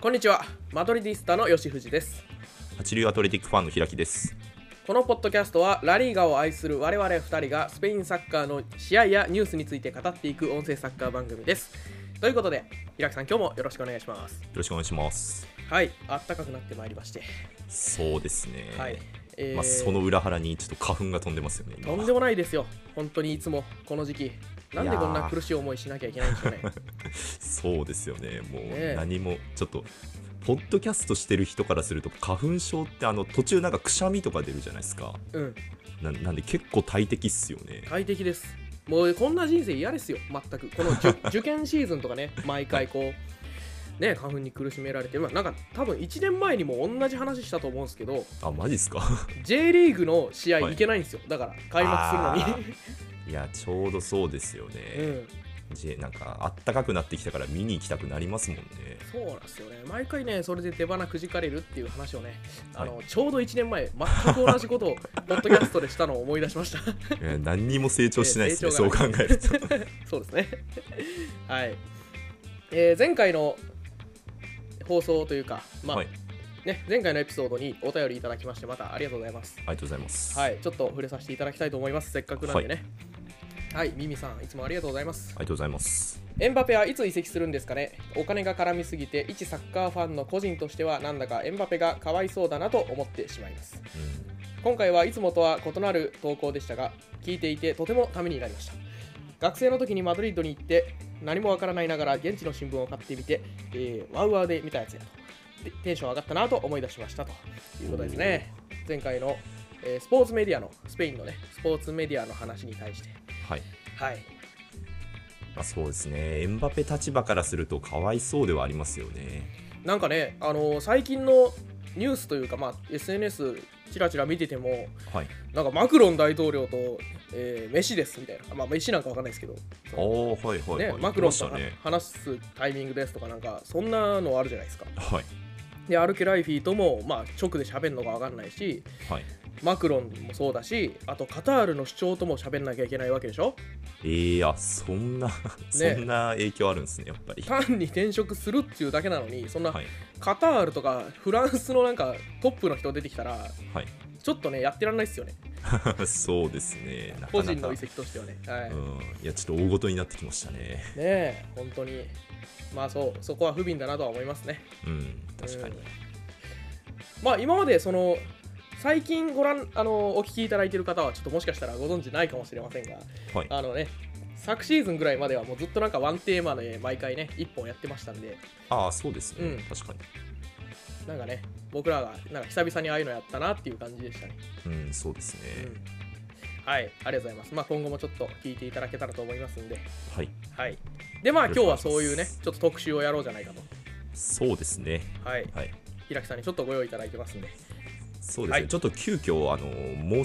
こんにちはマドリディスタの吉藤です八流アトレティックファンの開きです。このポッドキャストはラリーガを愛する我々2人がスペインサッカーの試合やニュースについて語っていく音声サッカー番組ですということで平木さん今日もよろしくお願いしますよろしくお願いします。はいあったかくなってまいりましてそうですね。はい、えーまあ、その裏腹にちょっと花粉が飛んでますよね。今とんでもないですよ本当にいつもこの時期なんでこんな苦しい思いしなきゃいけないんでしょ うねそうですよね。もえう何もちょっと。ポッドキャストしてる人からすると花粉症ってあの途中なんかくしゃみとか出るじゃないですかうんななんで結構大敵っすよね快適ですもうこんな人生嫌ですよ全くこの受 受験シーズンとかね毎回こうね花粉に苦しめられてまあなんか多分1年前にも同じ話したと思うんですけどあマジっすか J リーグの試合はい行けないんですよ、だから開幕するの にいやちょうどそうですよね、うん、じなんかあったかくなってきたから見に行きたくなりますもんねそうなんですよね毎回ねそれで手花くじかれるっていう話をねあの、はちょうど1年前全く同じ ことをポッドキャストでしたのを思い出しました いや何にも成長してないですえね、え成そう長考えるとそうですねはい、えー前回の放送というか、 まあはい、あね、前回のエピソードにお便りいただきましてまたありがとうございますりがとうございます、はいちょっと触れさせていただきたいと思いますせっかくなんでねはい、ミミさんいつもありがとうございますありがとうございます。エンバペはいつ移籍するんですかねお金が絡みすぎて一サッカーファンの個人としてはなんだかエンバペがかわいそうだなと思ってしまいます今回はいつもとは異なる投稿でしたが聞いていてとてもためになりました学生の時にマドリードに行って何もわからないながら現地の新聞を買ってみて、えーワウワウで見たやつやとでテンション上がったなと思い出しましたということですね前回の、えースポーツメディアのスペインのねスポーツメディアの話に対してはい。はいまあ、そうですね。エンバペ立場からするとかわいそうではありますよね。なんかね、あのー最近のニュースというか、まあ、SNS ちらちら見ててもはい。なんかマクロン大統領と、えー、飯ですみたいな、まあ、飯なんかわかんないですけど、ああ、はいはい、はいね、マクロン言とってましたね。話すタイミングですとかなんかそんなのあるじゃないですかはい。で歩けライフィーとも、まあ、直で喋るのかわかんないしはい。マクロンもそうだしあとカタールの主張とも喋んなきゃいけないわけでしょえー、あ、そんな、そんな影響あるんですね、やっぱ り。単に転職するっていうだけなのにそんなはい。カタールとかフランスのなんかトップの人出てきたらはい。ちょっとねやってらんないですよね そうですね。なかなか個人の移籍としてはね。はい、うねん。いや、ちょっと大ごとになってきましたね。え、本当に。まあそう、そこは不憫だなとは思いますね。うん、確かにうん。まあ今までその、最近ご覧、あの、お聞きいただいている方は、ちょっともしかしたらご存知ないかもしれませんが、はい。あのね、昨シーズンぐらいまではもうずっとなんかワンテーマで毎回ね、1本やってましたんで、ああ、そうですね、うん確かに。なんかね、僕らがなんか久々にああいうのやったなっていう感じでしたね。うん、そうですうね。んはい、ありがとうございます。まあ今後もちょっと聞いていただけたらと思いますんで、はい。はい。でまあ今日はそういうよろねしくお願いしま、すちょっと特集をやろうじゃないかと。そうですね。はい。はい。平木さんにちょっとご用意いただいてますんで、そうですね、はいちょっと急遽あの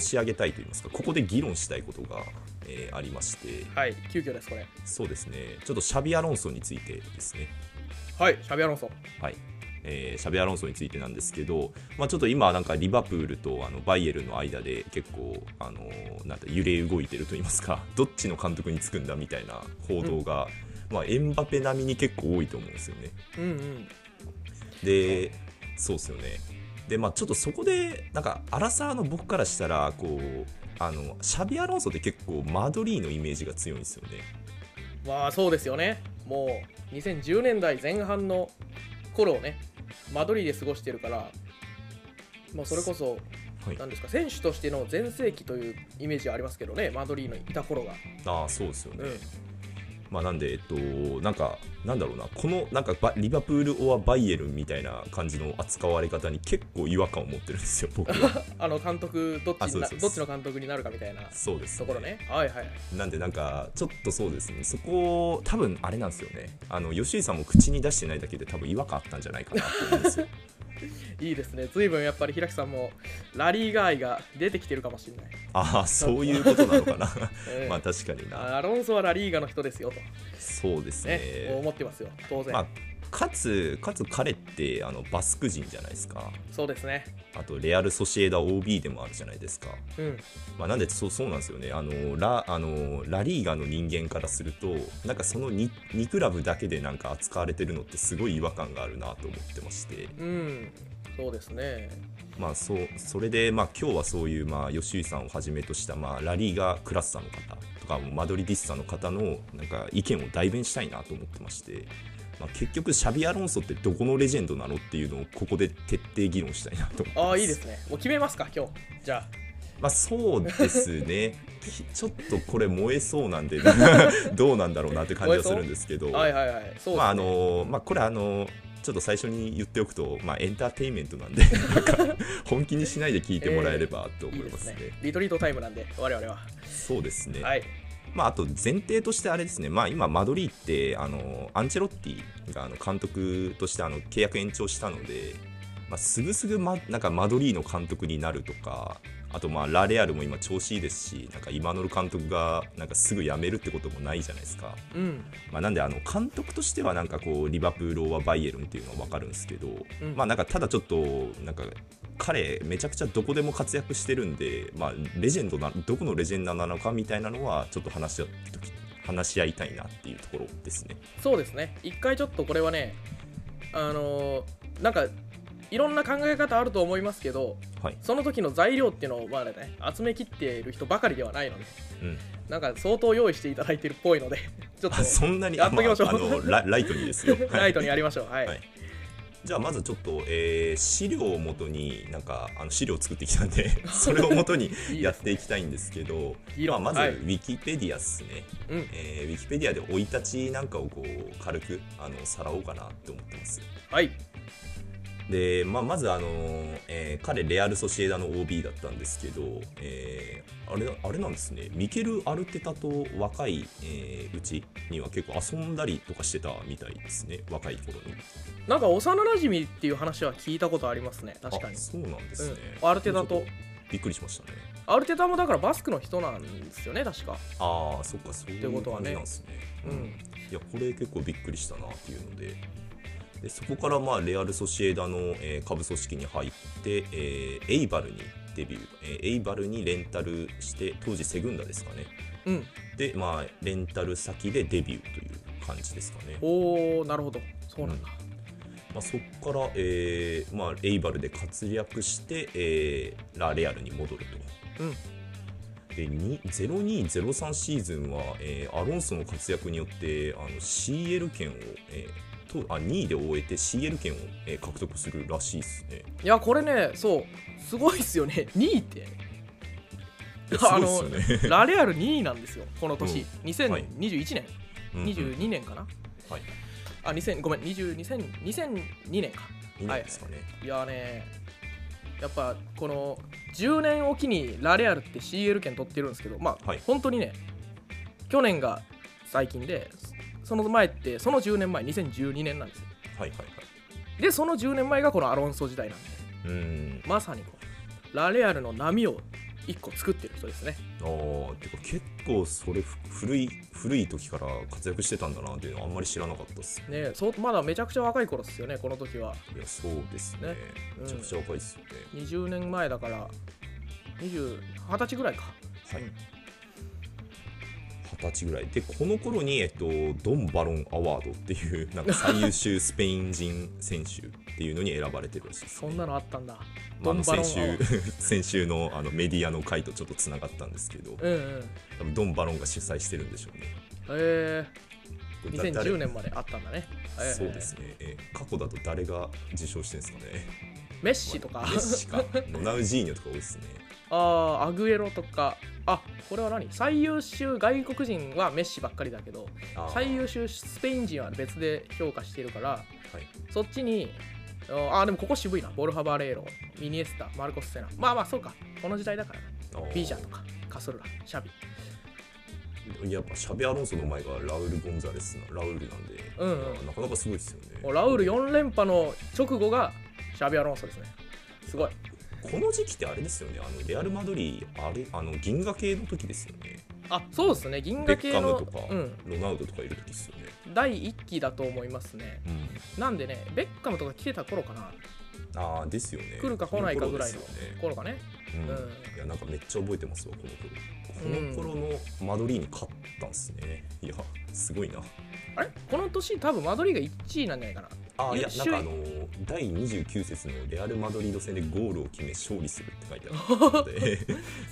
申し上げたいと言いますか、ここで議論したいことが、えーありまして、はい、急遽です、これ。そうですね、ちょっとシャビアロンソについてですね、はい、シャビアロンソ。はいえーシャビアロンソについてなんですけど、まあ、ちょっと今、なんかリバプールとあのバイエルンの間で結構、あのなんて揺れ動いてると言いますか、 どっちの監督につくんだみたいな報道が、まあ、エンバペ並みに結構多いと思うんですよね。うんうん。で、そうですよね。で、まあ、ちょっとそこで、なんか、アラサーの僕からしたら、こう、あの、シャビアロンソって結構、マドリーのイメージが強いんですよね。まあ、そうですよね。もう、2010年代前半の頃をね、マドリーで過ごしてるから、もうそれこそ、はいなんですか、選手としての全盛期というイメージはありますけどね、マドリーのいた頃が。ああ、そうですよね。うん。まあ、なんで、えっと、なんか、なんだろうな、この、なんかバ、リバプール・オア・バイエルンみたいな感じの扱われ方に結構違和感を持ってるんですよ、僕 は。あの、監督、どっちあにそうなですそどうっでちのす監督になるかみたいなそうです、ところね。はいはい。なんでなんかちょっとそうですねそこ多分あれなんですよねあの吉井さんも口に出してないだけで多分違和感あったんじゃないかなと思うんで すよいいですね。随分やっぱり平木さんも、ラリーガイが出てきてるかもしれない。ああそういうことなのかなうんまあ確かになアロンソはラリーガの人ですよと、そうですねね、思ってますよ、当然。まあかつ、かつ彼ってあのバスク人じゃないですか。そうですね。あと、レアル・ソシエダ OB でもあるじゃないですか。うん。まあ、なんでそうそうなんですよねあのラあの、ラリーガの人間からすると、なんかその 2, 2クラブだけでなんか扱われてるのって、すごい違和感があるなと思ってまして、うん。そうですね。まあ、そうそれで、まあ今日はそういう、まあ、吉井さんをはじめとした、まあ、ラリーガクラスターの方とか、もうマドリディスタの方のなんか意見を代弁したいなと思ってまして。まあ、結局、シャビアロンソってどこのレジェンドなのっていうのをここで徹底議論したいなと思ってますああ、いいですね。もう決めますか、今日。じゃまあそうですね きちょっとこれ燃えそうなんで どうなんだろうなって感じはするんですけど、あ。はいはいはい。そうですね。まああのまあこれあのちょっと最初に言っておくと、まあ、エンターテインメント なんでなんか本気にしないで聞いてもらえればと思いいいでますすね。ね。リトリートタイムなんで、我々は。そうですね、はい。まあ、あと前提としてあれですね、まあ、今、マドリーってあのアンチェロッティがあの監督としてあの契約延長したので、まあ、すぐすぐ、ま、なんかマドリーの監督になるとか、あとまあラ・レアルも今、調子いいですし、なんか今の監督がなんかすぐ辞めるってこともないじゃないですか。うん。まあ、なんであの監督としてはなんかこうリバプールはバイエルンっていうのは分かるんですけど、うんまあ、なんかただちょっとなんか彼めちゃくちゃどこでも活躍してるんで、まあ、レジェンドなどこのレジェンドなのかみたいなのはちょっと話し合う時話し合いたいなっていうところですね。そうですね。一回ちょっとこれはね、あのーなんか、いろんな考え方あると思いますけど、はいその時の材料っていうのを、まあね、集めきっている人ばかりではないので、うん、なんか相当用意していただいてるっぽい ので、ちょっあとそんなにやっときましょうああのラライトにですよ。ライトにやりましょう。はい。はいじゃあまずちょっと、えー資料をもとになんかあの資料を作ってきたん でそれをもとにいいですねやっていきたいんですけど議論まあ、まずはいウィキペディアですね、うんえーウィキペディアで生い立ちなんかをこう軽くあのさらおうかなって思ってますはい。で、まあ、まずあのー、えー彼レアル・ソシエダの OB だったんですけど、えーあれあれなんですねミケル・アルテタと若い、えーうちには結構遊んだりとかしてたみたいですね若い頃になんか幼馴染っていう話は聞いたことありますね、確かにあ。そうなんですね、うんアルテタとちょっびっくりしましたねアルテタもだからバスクの人なんですよね、確か。ああそっかそういてこうとは感ねじなんですねううんん。いやこれ結構びっくりしたなっていうのででそこからまあレアル・ソシエダの、えー下部組織に入って、えーエイバルにデビュー、えーエイバルにレンタルして当時セグンダですかねうん。でまあレンタル先でデビューという感じですかね、おー、なるほど。そうなんだ。まあ、そこから、えーまあ、エイバルで活躍して、えーラ・レアルに戻ると。うんでに0203シーズンは、えーアロンソの活躍によってあの CL 権を、えーとあ2位で終えて CL 権を、えー獲得するらしいですね。いや、これね、そう、すごいっすよね。2位って。いやすごいですよね。 ラレアル2位なんですよ、この年。はい2021年、うんうん22年かな。はい、あ、2000、ごめん、20 2000 2002年か。いないですかね。いやーね、やっぱこの10年おきにラレアルって CL 権取ってるんですけど、まあ、はい本当にね、去年が最近で、その前って、その10年前、2012年なんですよ。はいはいはい。で、その10年前がこのアロンソ時代なんで、うーんまさにこうラレアルの波を1個作ってる人ですね。あーてか結構それふ古い古い時から活躍してたんだなっていうのはあんまり知らなかったです。ねそうまだめちゃくちゃ若い頃ですよね、この時は。いやそうですねねうんめちゃくちゃ若いですよね、 20年前だから、20 20歳ぐらいか。はい二十歳ぐらいでこの頃にえっとドン・バロン・アワードっていう なんか最優秀スペイン人選手っていうのに選ばれてるらしい です、そね、んなのあったんだ。まああのドンバロン先アワー週 先週のあのメディアの回とちょっとつながったんですけどうんうん。多分ドン・バロンが主催してるんでしょうねえこー、れだ2010誰年まであったんだね。えーそうですね、え過去だと誰が受賞してるんですかねメッシとか、メッシ かロナウジーニョとか多いですねあーアグエロとか、あこれは何最優秀外国人はメッシばっかりだけど、あー最優秀スペイン人は別で評価してるから、はいそっちに、あーでもここ渋いな、ボルハバレーロ、ミニエスタ、マルコス・セナ、まあまあそうか、この時代だからな、あービージャーとか、カスルラ、シャビ、やっぱシャビアロンソの前がラウル・ゴンザレスなラウルなんで、うんうんまあなかなかすごいですよねもうラウル4連覇の直後がシャビ・アロンソですね。すごい。この時期ってあれですよねあのレアル・マドリーあれあの銀河系の時ですよねあそうですね、銀河系ベッカのムとか、うん、ロナウドとかいる時ですよね第1期だと思いますねうん、なんでねベッカムとか来てた頃かなああですよね来るか来ないかぐらいのこ頃ですよね頃かねうんうんいやなんかめっちゃ覚えてますわこの頃この頃のマドリーに勝ったんですねいやすごいなあれこの年多分マドリーが1位なんじゃないかなあーいやいやなんかあのー第29節のレアル・マドリード戦でゴールを決め勝利するって書いてあ ったので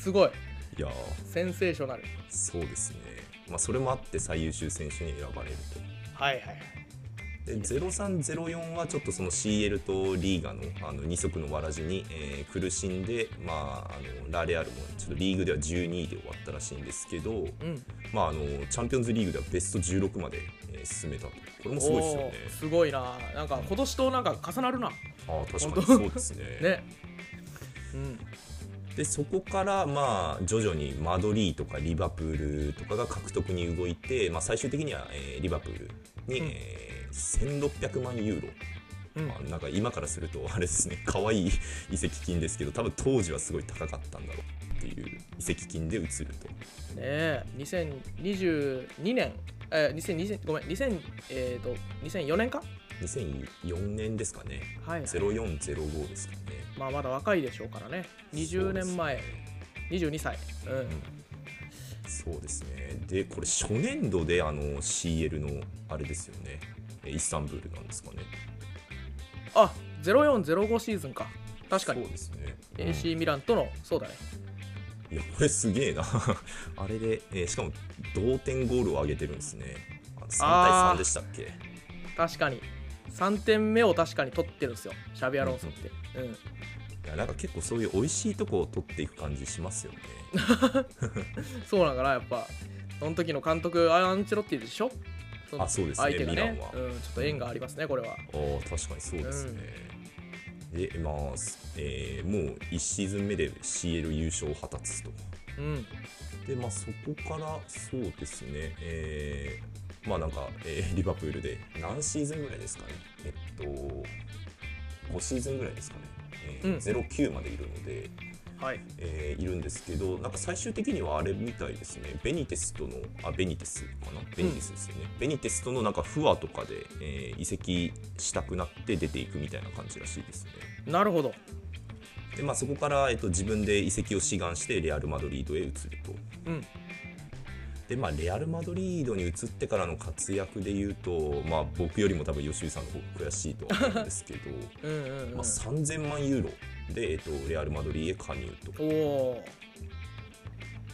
すごいいやーセンセーショナルそうですねまあそれもあって最優秀選手に選ばれるはいはいはいとで0304はちょっとその CL とリーガのあの二足のわらじに、えー苦しんでまああのラレアルもちょっとリーグでは12位で終わったらしいんですけどうんまああのチャンピオンズリーグではベスト16まで、えー進めたとこれもすごいですよねおーすごいななんか今年となんか重なるなああ確本当かにそうですね ねうんでそこからまあ徐々にマドリーとかリバプールとかが獲得に動いて、まあ、最終的には、えーリバプールに、うんえー1600万ユーロ、うんまあ、なんか今からするとあれですね 可愛い移籍金ですけど多分当時はすごい高かったんだろうっていう移籍金で移るとねえ2022年えー、2020ごめん2000、えー、と2004年か2004年ですかねはい、 0405ですかねまあまだ若いでしょうからね20年前、22歳うんそうですね。で、これ初年度であの CL のあれですよね。えイスタンブールなんですかね。あ0405シーズンか確かそにうですね。うん AC ミランとのそうだねいやこれすげえな。 あれで、えーしかも同点ゴールを上げてるんですね。あ3対あ3ーでしたっけ？確かに3点目を確かに取ってるんですよシャビアロンソって、うん、いやなんか結構そういう美味しいとこを取っていく感じしますよ ね。そうなんかなやっぱその時の監督アンチェロッティでしょのあそうですね相手がミランねは、うん、ちょっと縁がありますねこれはああ確かにそうですね。で、まあ、えーもう1シーズン目で CL 優勝を果たすと。うんで、まあ、そこからそうですね、えーまあなんか、えーリ バプールで何シーズンぐらいですかね、えっと、5シーズンぐらいですかね、えーうん09までいるので、はいえーいるんですけど、なんか最終的にはあれみたいですね、ベニテスとの、あ、ベニテスかな、ベニテスですよね、ベニテスとのなんか不和とかで、えー移籍したくなって出ていくみたいな感じらしいですね。なるほどで、まあ、そこから、えっと、自分で移籍を志願して、レアル・マドリードへ移ると。うんでまあ、レアル・マドリードに移ってからの活躍でいうと、まあ、僕よりも多分吉井さんの方が悔しいとは思うんですけどうんうん、うんまあ3000万ユーロで、えっと、レアル・マドリーへ加入とおお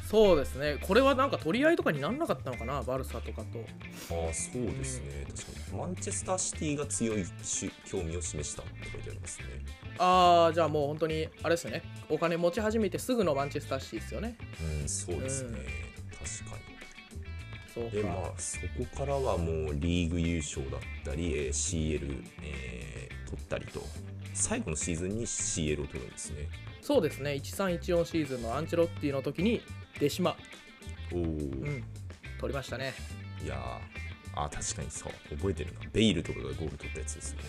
そうですねこれはなんか取り合いとかになんなかったのかなバルサとかとああそうですね確かにマンチェスターシティが強いし興味を示したって書いてありますねああじゃあもう本当にあれですよねお金持ち始めてすぐのマンチェスターシティですよねうんそうですねうん確かにそうでか、まあそこからはもうリーグ優勝だったり、えー CL、えー取ったりと最後のシーズンに CL を取るんですねそうですね1314シーズンのアンチェロッティの時に出島おお、うん取りましたねいやーあー確かにそう覚えてるなベイルとかがゴール取ったやつですよね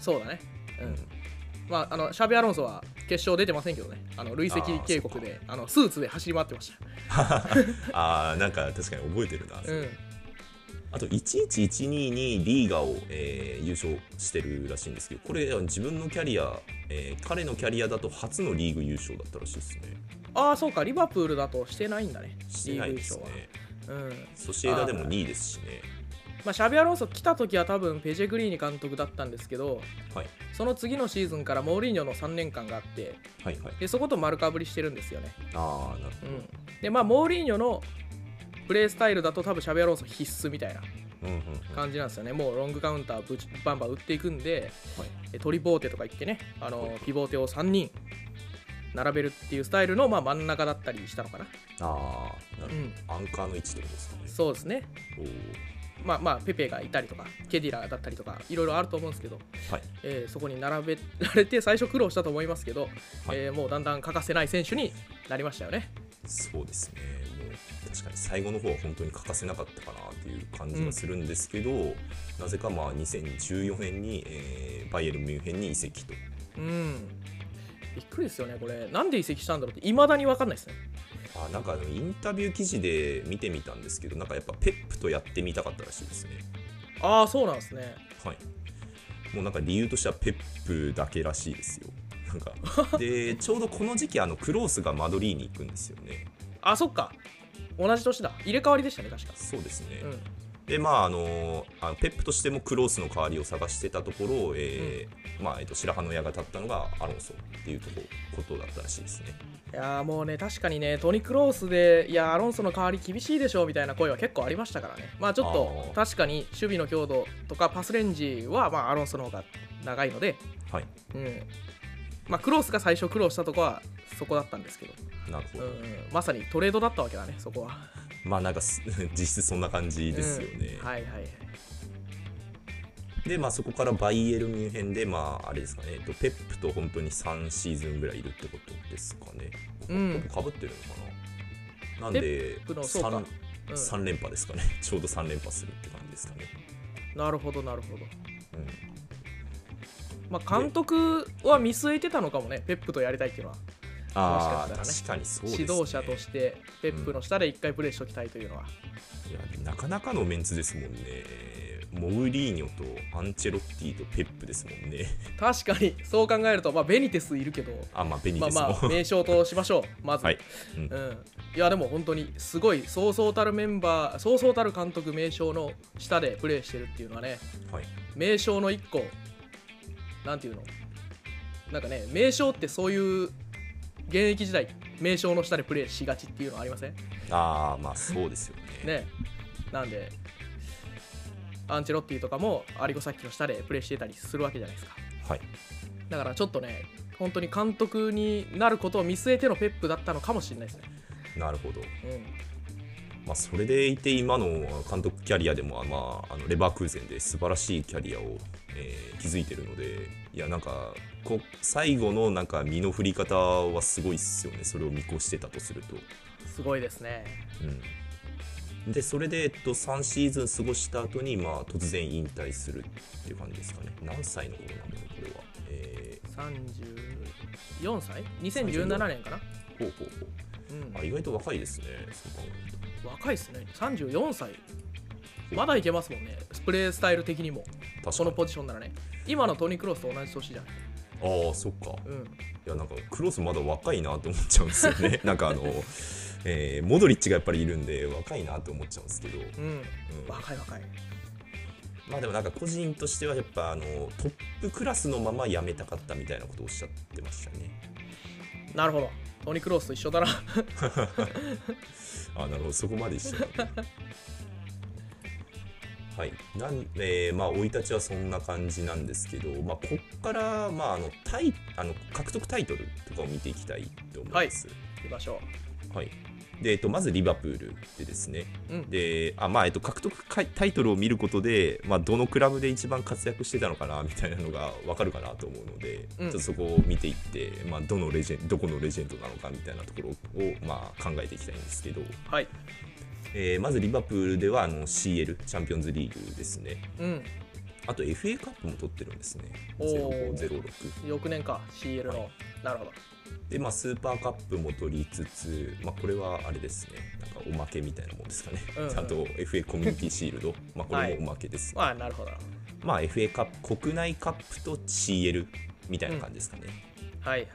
そうだねう、うんんまああのシャビアロンソは決勝出てませんけどねあの累積警告であのスーツで走り回ってましたあーなんか確かに覚えてるな、うんあと1112にリーガを、えー優勝してるらしいんですけどこれ自分のキャリア、えー彼のキャリアだと初のリーグ優勝だったらしいですねああそうかリバプールだとしてないんだねしてないですねリーグ優勝はうんソシエダでも2位ですしねまあ、シャビアロンソ来た時は多分ペジェ・グリーニ監督だったんですけどはいその次のシーズンからモーリーニョの3年間があってはいはいでそこと丸かぶりしてるんですよね、ああなるほうん、でまあモーリーニョのプレースタイルだと多分シャビアロンソ必須みたいなど、うんうんうんは感じなんですよねもうロングカウンターぶちバンバン打っていくんでえトリボーテとか言ってねあのピボーテを3人並べるっていうスタイルの、まあ、真ん中だったりしたのかな、ああなうるん、ほどアンカーの位置ってことですかねそうですねおまあまあペペがいたりとかケディラだったりとかいろいろあると思うんですけどーはいえーそこに並べられて最初苦労したと思いますけど、はいえーもうだんだん欠かせない選手になりましたよね。そうですねもう確かに最後の方は本当に欠かせなかったかなっていう感じがするんですけど、なぜかまあ2014年に、えーバイエルン・ミュンヘンに移籍とうんびっくりですよね、これ、なんで移籍したんだろうって、いまだに分かんないですね。あなんかあのインタビュー記事で見てみたんですけどなんかやっぱペップとやってみたかったらしいですねああそうなんですねはいもうなんか理由としてはペップだけらしいですよなんかでちょうどこの時期あのクロースがマドリーに行くんですよねあそっか同じ年だ入れ替わりでしたね確かそうですね、うんでまああのあのペップとしてもクロースの代わりを探してたところ、えーまあえっと、白羽の矢が立ったのがアロンソっていうとこことだったらしいですねいやーもうね確かにねトニ・クロースでいやーアロンソの代わり厳しいでしょうみたいな声は結構ありましたからねまあちょっあとー確かに守備の強度とかパスレンジはまあアロンソの方が長いのではいうんまあクロースが最初苦労したとこはそこだったんですけど、なるほうど、んうんまさにトレードだったわけだねそこはまあなんかす 実質そんな感じですよね、うんはいはいはいでまあそこからバイエルミュンヘンでまああれですかね、えっと、ペップと本当に3シーズンぐらいいるってことですかねうんかぶってるのかななんでペップのそうか三うん三連覇ですかね ちょうど3連覇するって感じですかね、なるほどなるほどうん、まあ監督は見据えてたのかもねペップとやりたいっていうのはああ、もしかし確かにそうです、ね、指導者としてペップの下で一回プレーしときたいというのは、いやなかなかのメンツですもんねモウリーニョとアンチェロッティとペップですもんね 確かにそう考えると、まあ、ベニテスいるけどあまあベニまテあスも、まあ名称としましょうまず、 はい、うんうん、いやでも本当にすごいそうそうたるメンバーそうそうたる監督名称の下でプレーしてるっていうのはねはい名称の一個なんていうのなんかね名称ってそういう現役時代名称の下でプレーしがちっていうのはありませんああまあそうですよねねなんでアンチェロッティとかもアリゴサッキの下でプレーしてたりするわけじゃないですかはいだからちょっとね本当に監督になることを見据えてのペップだったのかもしれないですね、なるほどうん、まあ、それでいて今の監督キャリアでも、まあ、あのレバークーゼンで素晴らしいキャリアを、えー築いてるのでいやなんかこ最後のなんか身の振り方はすごいっすよねそれを見越してたとすると。すごいですねうん、でそれで、えっと、3シーズン過ごした後にまあ突然引退するっていう感じですかね何歳の頃なんだろうこれは。え34歳 ?2017 年かな、ー、ほうほうほううんあ意外と若いですねそう考えると。若いですね34歳まだいけますもんねスプレースタイル的にも確そのかポジションならね今のトニー・クロスと同じ年じゃない、にああそっか。うん、いやなんかクロスまだ若いなと思っちゃうんですよ ねなんかあの、えーモドリッチがやっぱりいるんで若いなと思っちゃうんですけど、うんうん、若い若いまあでもなんか個人としてはやっぱあのトップクラスのまま辞めたかったみたいなことをおっしゃってましたねなるほどトニー・クロスと一緒だなあなるほどそこまで一緒なんだはいなんえーまあ生い立ちはそんな感じなんですけど、まあ、こっから、まあ、あのタイあの獲得タイトルとかを見ていきたいと思います、行きましょはいでえっと、まずリバプールでですね、うんであまあえっと、獲得かタイトルを見ることで、まあ、どのクラブで一番活躍してたのかなみたいなのが分かるかなと思うので、うんちょっとそこを見ていって、まあ、どのレジェンどこのレジェンドなのかみたいなところを、まあ、考えていきたいんですけど、うはいえーまずリバプールではあの CL チャンピオンズリーグですねうんあと FA カップも取ってるんですねおー0506翌年か CL の、はいなるほどで、まあ、スーパーカップも取りつつ、まあ、これはあれですねなんかおまけみたいなもんですかね、うんうんあと FA コミュニティシールドまあこれもおまけです、まあなるほどなまあ FA カップ国内カップと CL みたいな感じですかね、はいはい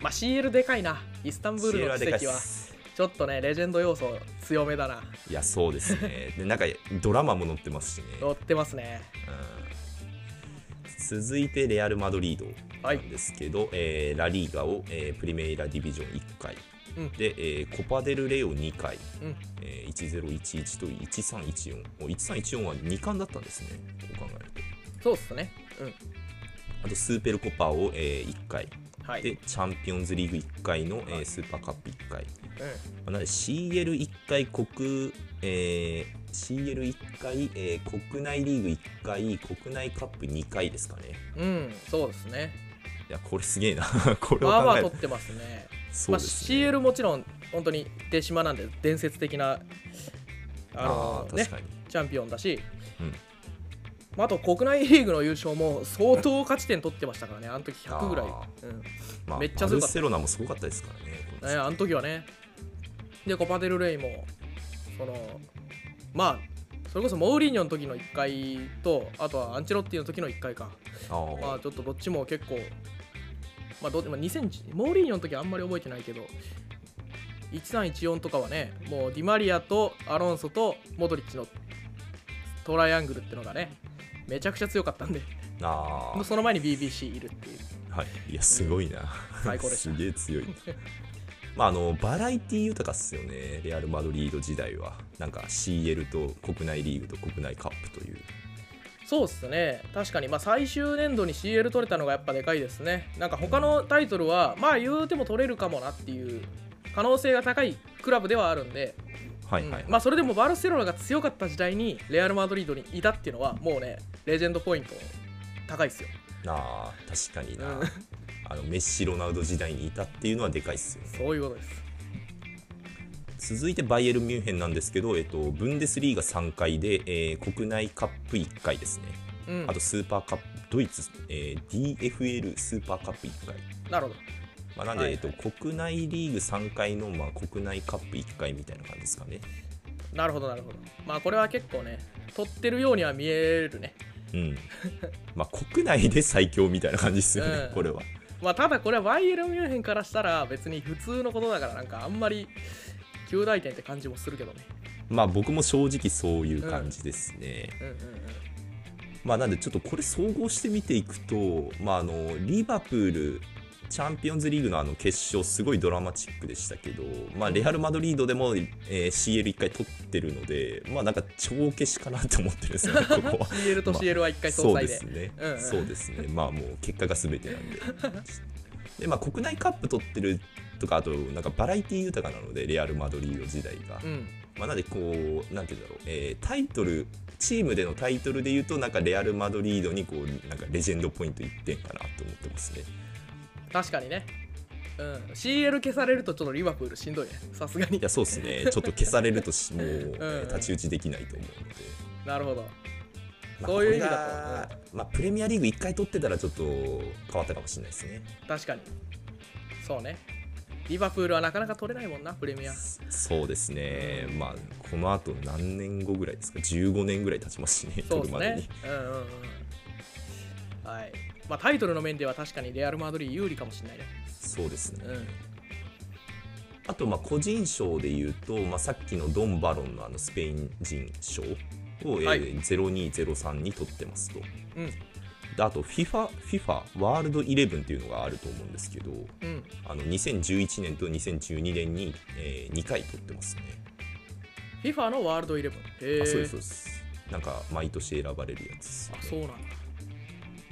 まあ CL でかいなイスタンブー CL ルのはで奇かいっ跡はすちょっとねレジェンド要素強めだないやそうですねでなんかドラマも載ってますしね乗ってますねうん続いてレアル・マドリードなんですけど、えーラリーガを、えープリメイラディビジョン1回、うんで、えーコパデル・レオ2回、うんえー1011と1314お1314は2冠だったんですねこう考えるとそうっすねうんあとスーペルコパを、え1回はい、でうチャンピオンズリーグ1回の、えーはいスーパーカップ1回ん、なので CL1 回国、えー CL1 回、えー国内リーグ1回国内カップ2回ですかねうん、そうですねいやこれすげえな これをまあま考あえ取るってますねそまうあ、ですね、 CL もちろん本当に手島なんで伝説的なああのーね確かに、チャンピオンだし、うんまあ、あと国内リーグの優勝も相当勝ち点取ってましたからねあの時100ぐらいあ、うんねまあ、めっちゃ強かったバルセロナもすごかったですからねこのあの時はねでコパデル・レイもそのまあそれこそモーリーニョの時の1回とあとはアンチェロッティの時の1回かあーまあちょっとどっちも結構まあど、まあ、2000モーリーニョの時はあんまり覚えてないけど1314とかはねもうディマリアとアロンソとモドリッチのトライアングルってのがねめちゃくちゃ強かったんであーその前に BBC いるっていうはいいやすごいな最高でしたすげ え強いまああのバラエティ豊かっすよねレアル・マドリード時代はなんか CL と国内リーグと国内カップというそうっすね確かに、まあ、最終年度に CL 取れたのがやっぱでかいですねなんか他のタイトルはまあ言うても取れるかもなっていう可能性が高いクラブではあるんで、はいはい、はいうんまあ、それでもバルセロナが強かった時代にレアル・マドリードにいたっていうのはもうねレジェンドポイント高いっすよ、あー確かにうな、ん、あのメッシ・ロナウド時代にいたっていうのはでかいっすよねそういうことです続いてバイエルン・ミュンヘンなんですけど、えっと、ブンデスリーガ3回で、えー国内カップ1回ですね、うんあとスーパーカップドイツ、えー DFL スーパーカップ1回、なるほどまあ、なんはで、いえっと、国内リーグ3回の、まあ、国内カップ1回みたいな感じですかね、なるほどなるほどまあこれは結構ね取ってるようには見えるね うん、まあ国内で最強みたいな感じですよね、うんこれはまあただこれはバイエルン・ミュンヘンからしたら別に普通のことだからなんかあんまり旧大点って感じもするけどねまあ僕も正直そういう感じですね、うんうんまあ、なんでちょっとこれ総合して見ていくと、まあ、あのリバプールチャンピオンズリーグのあの決勝すごいドラマチックでしたけど、まあ、レアル・マドリードでも、えー CL1 回取ってるので、まあ、なんか帳消しかなと思ってるんで すよね、ここうはん。CL とまあ CL は一回総そう裁でですね、うんうんそうですねまあもう結果が全てなんでで、まあ、国内カップ取ってるとかあとなんかバラエティ豊かなのでレアル・マドリード時代が、うんまあ、なんでこう、なんて言うんだろう、えータイトル、チームでのタイトルで言うと、なんかレアル・マドリードにこう、なんかレジェンドポイント1点かなと思ってますね。確かにねうん CL 消されるとちょっとリバプールしんどいねさすがにいや、そうですね、ちょっと消されるとし、もう、えーうん太刀打ちできないと思うので。なるほどまあそういう意味だとこれがまあ、プレミアリーグ1回取ってたら、ちょっと変わったかもしれないですね。確かにそうねリバプールはなかなか取れないもんなプレミアそうですね、まあ、この後何年後ぐらいですか、15年ぐらい経ちますしね、そうで取るすまでねに。うんうんうんはいまあタイトルの面では確かにレアル・マドリード有利かもしれないねそうですね。うんあとまあ個人賞で言うと、まあ、さっきのドン・バロンのあのスペイン人賞を、えーはい0203に取ってますと。うんであと FIFA, FIFA ワールドイレブンっていうのがあると思うんですけどうんあの2011年と2012年に、え2回取ってますね。 FIFA のワールドイレブンへえあそうですそうですなんか毎年選ばれるやつですね、あそうなんだ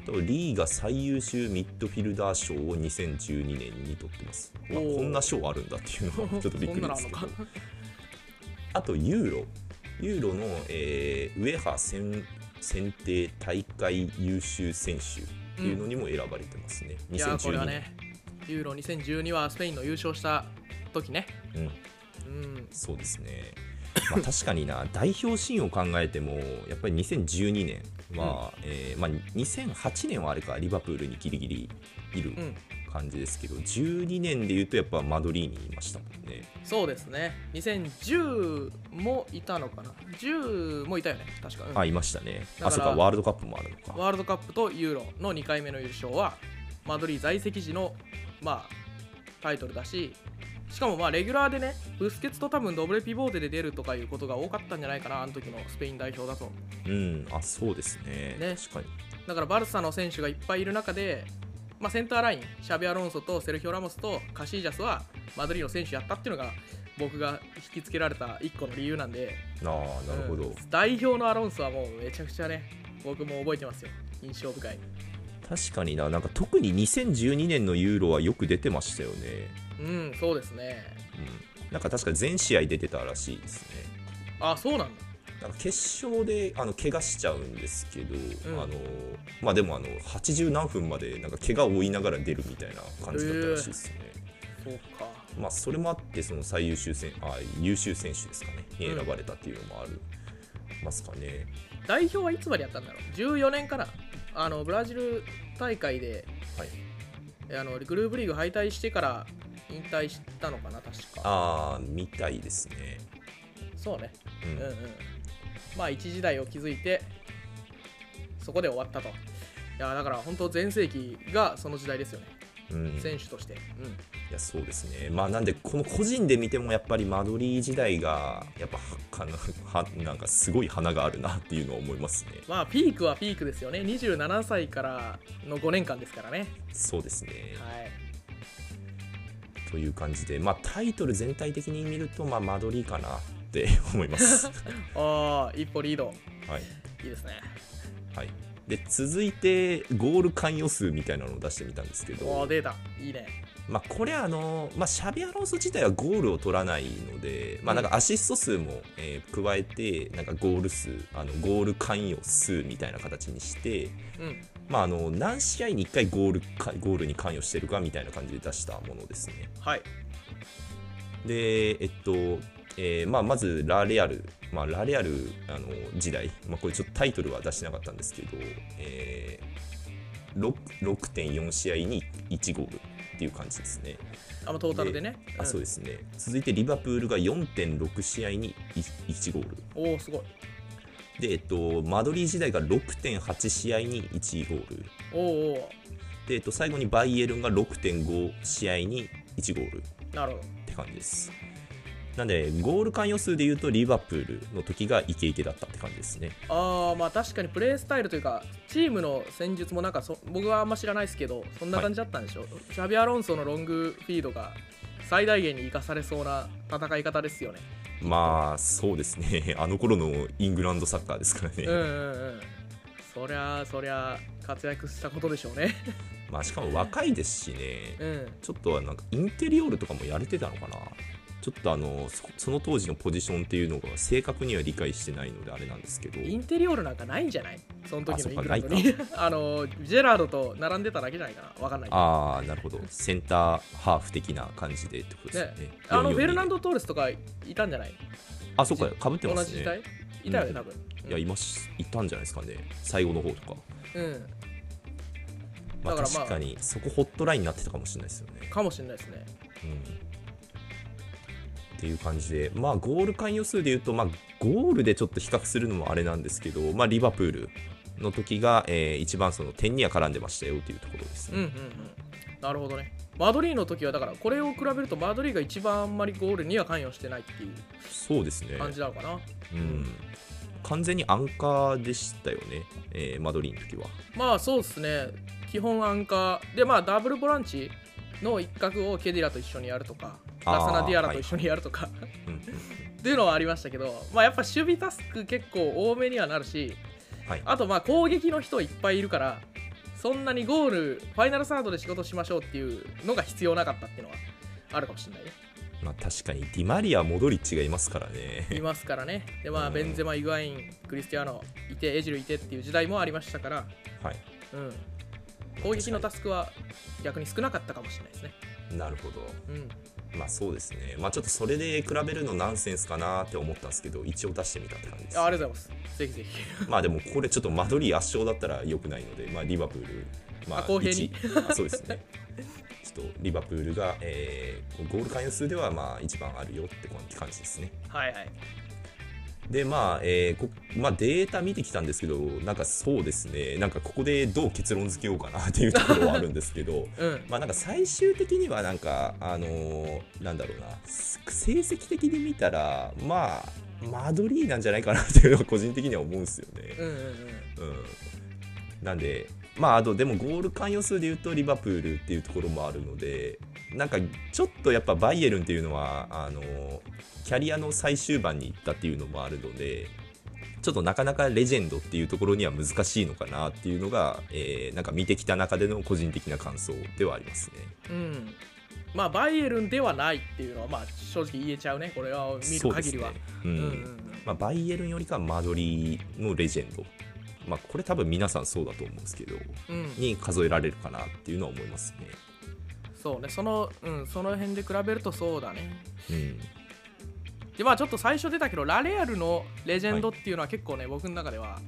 あとリーガ最優秀ミッドフィルダー賞を2012年に取ってます、まあ、おーこんな賞あるんだっていうのはちょっとびっくりですけどそんなのあんのあとユーロユーロの、えー、ウェハ選選定大会優秀選手っていうのにも選ばれてますね、いやーこれ2012は年、ねユーロ2012はスペインの優勝した時ねうん、うんそうですね、まあ、確かにな代表シーンを考えてもやっぱり2012年は、えーまあ、2008年はあれかリバプールにギリギリいるうん感じですけど、12年でいうとやっぱマドリーにいましたもんねそうですね2010もいたのかな10もいたよね確か、うんあいましたねあだそかうらかワールドカップもあるのかワールドカップとユーロの2回目の優勝はマドリー在籍時の、まあ、タイトルだししかもまあレギュラーでねブスケツと多分ドブレピボーテで出るとかいうことが多かったんじゃないかなあの時のスペイン代表だとうんあそうですねね確かにだからバルサの選手がいっぱいいる中で、まあ、センターラインシャビアロンソとセルヒオ・ラモスとカシージャスはマドリードの選手やったっていうのが僕が引きつけられた1個の理由なんでああなるほど、うん代表のアロンソはもうめちゃくちゃね僕も覚えてますよ印象深い、確かにななんか特に2012年のユーロはよく出てましたよね、うんそうですねうん、なんか確か全試合出てたらしいですねあそうなんだなんか決勝であの怪我しちゃうんですけど、んあのまあ、でもあの80何分までなんか怪我を負いながら出るみたいな感じだったらしいですね。そうかまあ、それもあってその最優秀選あ優秀選手ですかねに選ばれたっていうのもある、ますかね。代表はいつまでやったんだろう14年からあのブラジル大会ではい、あのグループリーグ敗退してから引退したのかな、確か。ああみたいですねそうね。ううんん、ううんん、まあ一時代を築いてそこで終わったといやだから本当全盛期がその時代ですよね、い選手として、うん、やそうですねまあなんでこの個人で見てもやっぱりマドリー時代がやっぱかな はなんかすごい花があるなっていうのは思いますねまあピークはピークですよね27歳からの5年間ですからねそうですねはいという感じでまあタイトル全体的に見るとまあマドリーかなって 思います ああ一歩リードはいいいですねはい、で続いてゴール関与数みたいなのを出してみたんですけおおど、出たいいねまあ、これあの、まあ、シャビアロンソ自体はゴールを取らないので、まあ、なんかアシスト数も、えー加えてなんかゴール数あのゴール関与数みたいな形にして、うんまあ、あの何試合に1回ゴールかゴールに関与してるかみたいな感じで出したものですね。はいで、えっと、えーまあ、まず、ラレアル、まあ、ラレアルあの時代、まあ、これちょっとタイトルは出してなかったんですけど、えー、6 6.4試合に1ゴールっていう感じですね。あのトータルでねあそでうですね続いて、リバプールが4.6試合に 1, ゴール。す、おおすごいで、えっと、マドリー時代が6.8試合に1ゴール。おーおで、えっと、最後にバイエルンが6.5試合に1ゴール。ーなるほどって感じです。なんで、ゴール関与数でいうと、リバプールの時がイケイケだったって感じですね。あーまあ確かにプレースタイルというかチームの戦術もなんかそ僕はあんま知らないですけどそんな感じだったんでしょ、シャビアロンソのロングフィードが最大限に生かされそうな戦い方ですよねまあ、そうですね。 あの頃のイングランドサッカーですからね。うんうんうんそりゃあそりゃあ活躍したことでしょうねまあ、しかも若いですしね。うんちょっとなんかインテリオールとかもやれてたのかな。ちょっとあのそその当時のポジションっていうのが正確には理解してないのであれなんですけどインテリオールなんかないんじゃないその時のイングランドあに あのジェラードと並んでただけじゃないかなわかんないけどああなるほどセンターハーフ的な感じでってことですよねあの442フェルナンド・トーレスとかいたんじゃないあそっかかぶって同ますじ時ね代いたようねん多分、うん、いやいますいたんじゃないですかね最後の方とかうんまあ、だからまあ確かにそこホットラインになってたかもしれないですよね。かもしれないですねうん、っていう感じで、まあ、ゴール関与数でいうと、まあ、ゴールでちょっと比較するのもあれなんですけど、まあ、リバプールの時が、えー一番その点には絡んでましたよというところですうんうんね。うんなるほどねマドリーの時はだからこれを比べるとマドリーが一番あんまりゴールには関与してないっていうそうですね、感じなのかな、うん、完全にアンカーでしたよね、えーマドリーの時は。まあそうですね基本アンカーでまあダブルボランチの一角をケディラと一緒にやるとかあーラサナディアラと一緒にやるとか、うんうんっていうのはありましたけど、まあ、やっぱ守備タスク結構多めにはなるし、はいあとまあ攻撃の人いっぱいいるからそんなにゴールファイナルサードで仕事しましょうっていうのが必要なかったっていうのはあるかもしれないね まあ、確かにディマリア、モドリッチがいますからね。 いますからね。で、まあ、うんベンゼマ、イグアイン、クリスティアーノ、いて、エジルいてっていう時代もありましたから、はいうん。攻撃のタスクは逆に少なかったかもしれないですね。なるほどうん。まあそうですね。まあちょっとそれで比べるのナンセンスかなって思ったんですけど、一応出してみたって感じですあ。ありがとうございます。ぜひぜひ。まあでもこれちょっとマドリー圧勝だったら良くないので、まあリバプール、まあ公平に一あそうですね。 ちょっとリバプールが、えーゴール関与数ではまあ一番あるよって感じですね。はいはい。でまあ、えーこまあデータ見てきたんですけど、なんかそうですね。なんかここでどう結論付けようかなっていうところはあるんですけど。 うん。まあなんか最終的にはなんかあのーなんだろうなす成績的に見たらまあマドリーなんじゃないかなっていうのは個人的には思うんですよね。うんうんうん。うん、なんでまああとでもゴール関与数でいうとリバプールっていうところもあるのでなんかちょっとやっぱバイエルンっていうのはあのーキャリアの最終盤に行ったっていうのもあるので。ちょっとなかなかレジェンドっていうところには難しいのかなっていうのが、えーなんか見てきた中での個人的な感想ではありますね。うん。まあ、バイエルンではないっていうのは、まあ、正直言えちゃうね。これは見る限りは。そうですねうんうんうんうん。まあ、バイエルンよりかはマドリーのレジェンド、まあ、これ多分皆さんそうだと思うんですけどうん、に数えられるかなっていうのは思いますね。そうねその、うん、その辺で比べるとそうだねうん、でまあちょっと最初出たけどラレアルのレジェンドっていうのは結構ね、僕の中では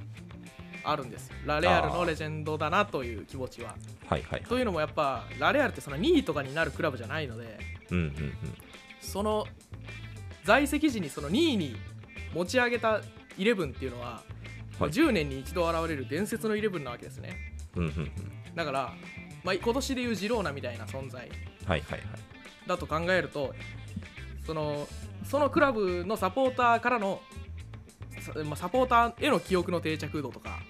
あるんですよラレアルのレジェンドだなという気持ちははいはいはいというのもやっぱラレアルってその2位とかになるクラブじゃないのでうんうんうんその在籍時にその2位に持ち上げたイレブンっていうのは、はい10年に一度現れる伝説のイレブンなわけですねうんうんうんだから、まあ、今年でいうジローナみたいな存在はいはいはいだと考えるとそのそのクラブのサポーターからのさまあサポーターへの記憶の定着度とか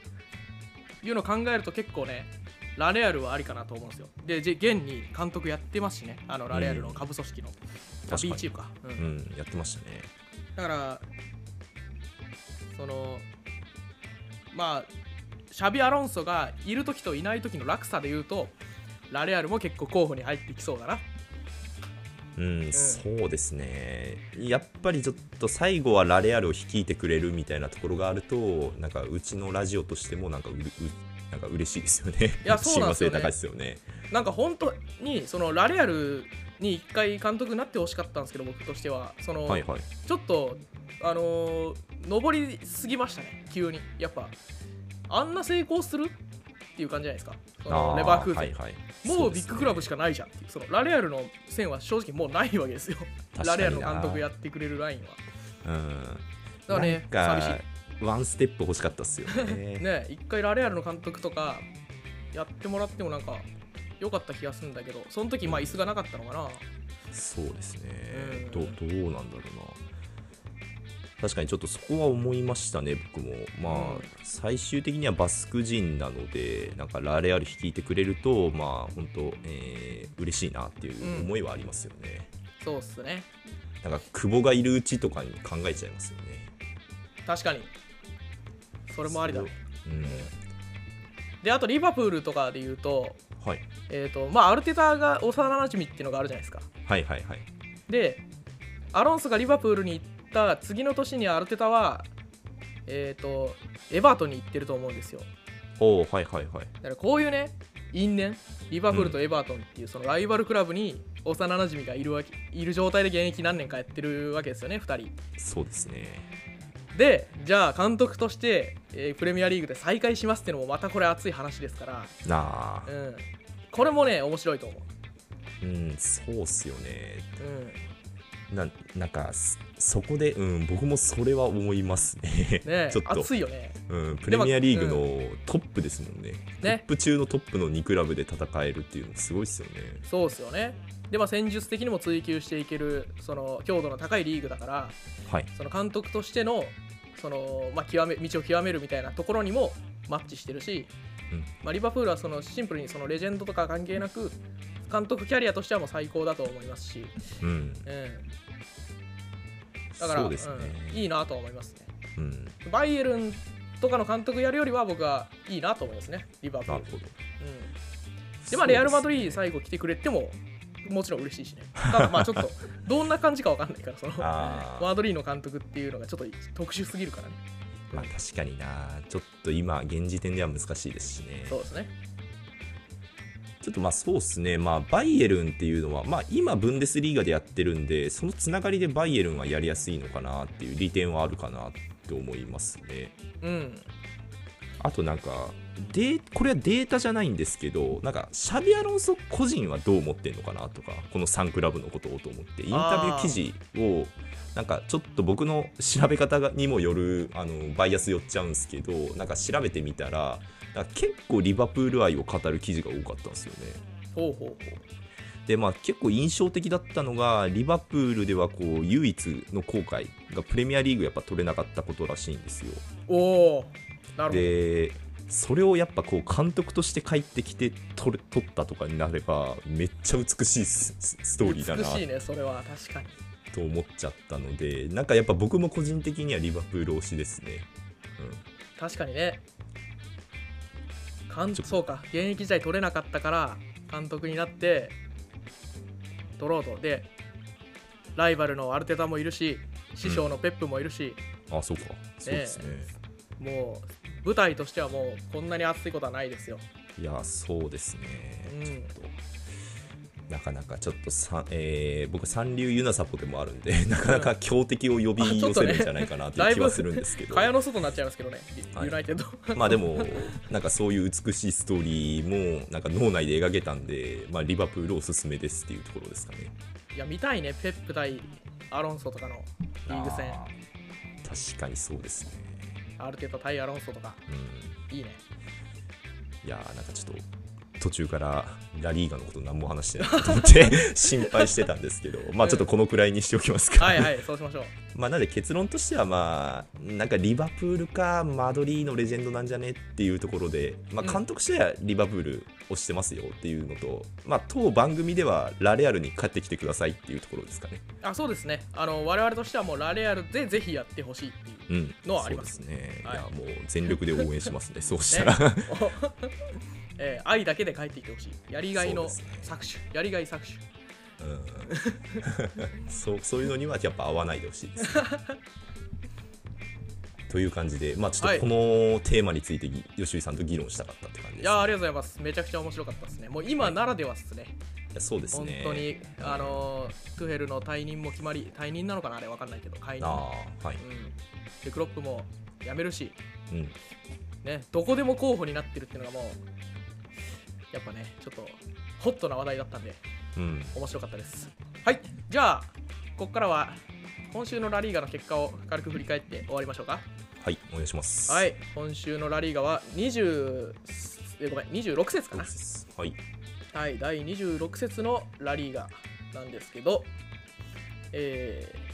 いうのを考えると結構ねラレアルはありかなと思うんですよでじ現に監督やってますしねあのラレアルの下部組織の、あ確か B にチームか、うんうんやってましたねだからそのまあシャビ・アロンソがいる時といない時の落差で言うとラレアルも結構候補に入ってきそうだなうん、そうですねやっぱりちょっと最後はラレアルを率いてくれるみたいなところがあるとなんかうちのラジオとしてもなんかううなんか嬉しいですよねいやそうなん親で和すよね 性高いですよねなんか本当にそのラレアルに一回監督になってほしかったんですけど僕としてはその、はいはいちょっとあのー上りすぎましたね急にやっぱあんな成功するっていう感じじゃないですかそのあレバークーゼン、はいはい、もうビッグクラブしかかないじゃんっていうそのラレアルの線は正直もうないわけですよラ確かになレアルの監督やってくれるラインはうんだからねなんか寂しワンステップ欲しかったっすよねね一回ラレアルの監督とかやってもらってもなんか良かった気がするんだけどその時まあ椅子がなかったのかな、そうですねうん、どどうなんだろうな確かにちょっとそこは思いましたね僕もまあ、うん最終的にはバスク人なのでなんかラレアル率いてくれるとまあ本当、えー、嬉しいなっていう思いはありますよね、そうっすねなんか久保がいるうちとかに考えちゃいますよね確かにそれもありだねうんであとリバプールとかで言うと,、はい、えーとまあ、アルテタが幼なじみっていうのがあるじゃないですかはいはいはいでアロンソがリバプールに行った次の年にアルテタはえっ、とエバートンに行ってると思うんですよおおはいはいはいだからこういうね因縁リバプールとエバートンっていうそのライバルクラブに幼なじみがいるわけいる状態で現役何年かやってるわけですよね2人そうですねでじゃあ監督として、えープレミアリーグで再開しますっていうのもまたこれ熱い話ですからなあうんこれもね面白いと思ううんそうっすよねうんななんかそそこで、うん、僕もそれは思いますねね ちょっと熱いよねうん、プレミアリーグのトップですもんね,、トねップ中のトップの2クラブで戦えるっていうのすごいですよねそうですよねでまあ戦術的にも追求していけるその強度の高いリーグだからはいその監督としてのその、まあ、極め道を極めるみたいなところにもマッチしてるし、うんまあ、リバプールはそのシンプルにそのレジェンドとか関係なく監督キャリアとしてはもう最高だと思いますし、うんうん、だからそうですね、うんいいなとは思いますねうんバイエルンとかの監督やるよりは僕はいいなと思いますねリバプーなルるほうどんでまあ、レアル・マドリードド最後来てくれてももちろん嬉しいしね。ただまあちょっ とどんな感じかわかんないからそのあーマドリードの監督っていうのがちょっと特殊すぎるからね。まあ確かになちょっと今現時点では難しいですしねそうですね。ちょっとまあそうですね、まあ、バイエルンっていうのは、まあ、今、ブンデスリーガでやってるんで、そのつながりでバイエルンはやりやすいのかなっていう利点はあるかなって思いますね。うん。あとなんか、でこれはデータじゃないんですけど、なんかシャビアロンソ個人はどう思ってるのかなとか、この3クラブのことをと思って、インタビュー記事を、なんかちょっと僕の調べ方がにもよるあのバイアス寄っちゃうんですけど、なんか調べてみたら、なんか結構リバプール愛を語る記事が多かったんですよね。ほうほうほでまあ、結構印象的だったのがリバプールではこう唯一の後悔がプレミアリーグやっぱ取れなかったことらしいんですよ。う。おお。なるでそれをやっぱこう監督として帰ってきて取る取ったとかになればめっちゃ美しいススストほーど。リーだな美しいね、それは確かに。と思っちゃったのでなんかやっぱ僕も個人的にはリバプール推しですね。確かにね。監ちょそうか、現役時代取れなかったから監督になって取ろうと。で、ライバルのアルテタもいるし、師匠のペップもいるし。うん、あそうかそうですね。もう舞台としてはもうこんなに熱いことはないですよ。いやそうですね。うんちょっとなかなかちょっとさ、えー僕三流ユナサポでもあるんで、な かなか強敵を呼び寄せるんじゃないかなという気はするんですけど、蚊帳の外になっちゃいますけどね、はいユナイテッド。 まあでも、なんかそういう美しいストーリーも、なんか脳内で描けたんで、まあ、リバプールおすすめですっていうところですかね。いや、見たいね、ペップ対アロンソとかのリーグ戦、あー確かにそうですね。アルテッタ対アロンソとか、うん、いいね。いやー、なんかちょっと。途中からラリーガのこと何も話してないと思って 心配してたんですけど、まあちょっとこのくらいにしておきますか。はいはい、そうしましょう。まあ、なので結論としては、まあ、なんかリバプールかマドリーのレジェンドなんじゃねっていうところで、まうんあ、監督としてはリバプール推してますよっていうのと、まあ、当番組ではラレアルに帰ってきてくださいっていうところですかね。あ、そうですね。あの、我々としてはもうラレアルでぜひやってほしいっていう。 うん、のはありますそうですね、はいい、やもう全力で応援します ね、そうしたら。えー愛だけで帰ってきてほしい。やりがいのそうです搾ね取、やりがい搾取。うん、そうそういうのにはやっぱ合わないでほしい ですね、という感じで、まあ、ちょっとこのテーマについて、吉井さんと議論したかったって感じですね、いやーありがとうございます。めちゃくちゃ面白かったですね。もう今ならではですね。いやそうです本ね。当に、あのートゥヘルの退任も決まり、退任なのかなあれわかんないけど、解任。ああはい、うん。で、クロップも辞めるし、うん、ね、どこでも候補になってるっていうのがもう、やっぱね、ちょっとホットな話題だったんで、うん、面白かったです。はい、じゃあ、ここからは、今週のラリーガの結果を軽く振り返って終わりましょうか。はい、お願いします。はい、今週のラリーガは20、えごめん、26節かどうなで。す。はい、はい、第26節のラリーガなんですけど、えー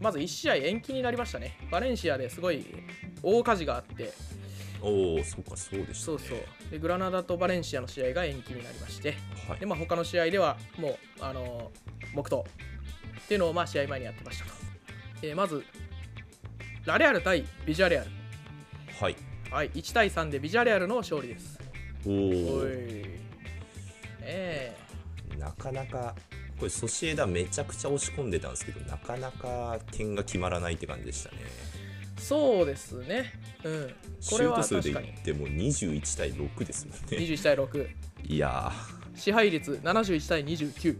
まず1試合延期になりましたね。バレンシアですごい大火事があって、おお、そうか、そうでした、そね。うそうでグラナダとバレンシアの試合が延期になりまして、はいで、まあ、他の試合ではもう、あのー黙祷っていうのをまあ試合前にやってましたと。えーまず、ラレアル対ビジャレアル。はい、はい、1対3でビジャレアルの勝利です。おおいお、。えなかなか。これソシエダめちゃくちゃ押し込んでたんですけどなかなか点が決まらないって感じでしたねーそうですね。うん。シこれューはト数確でかに言。っても21対6ですもんね21対6。いや支配率71対29。ー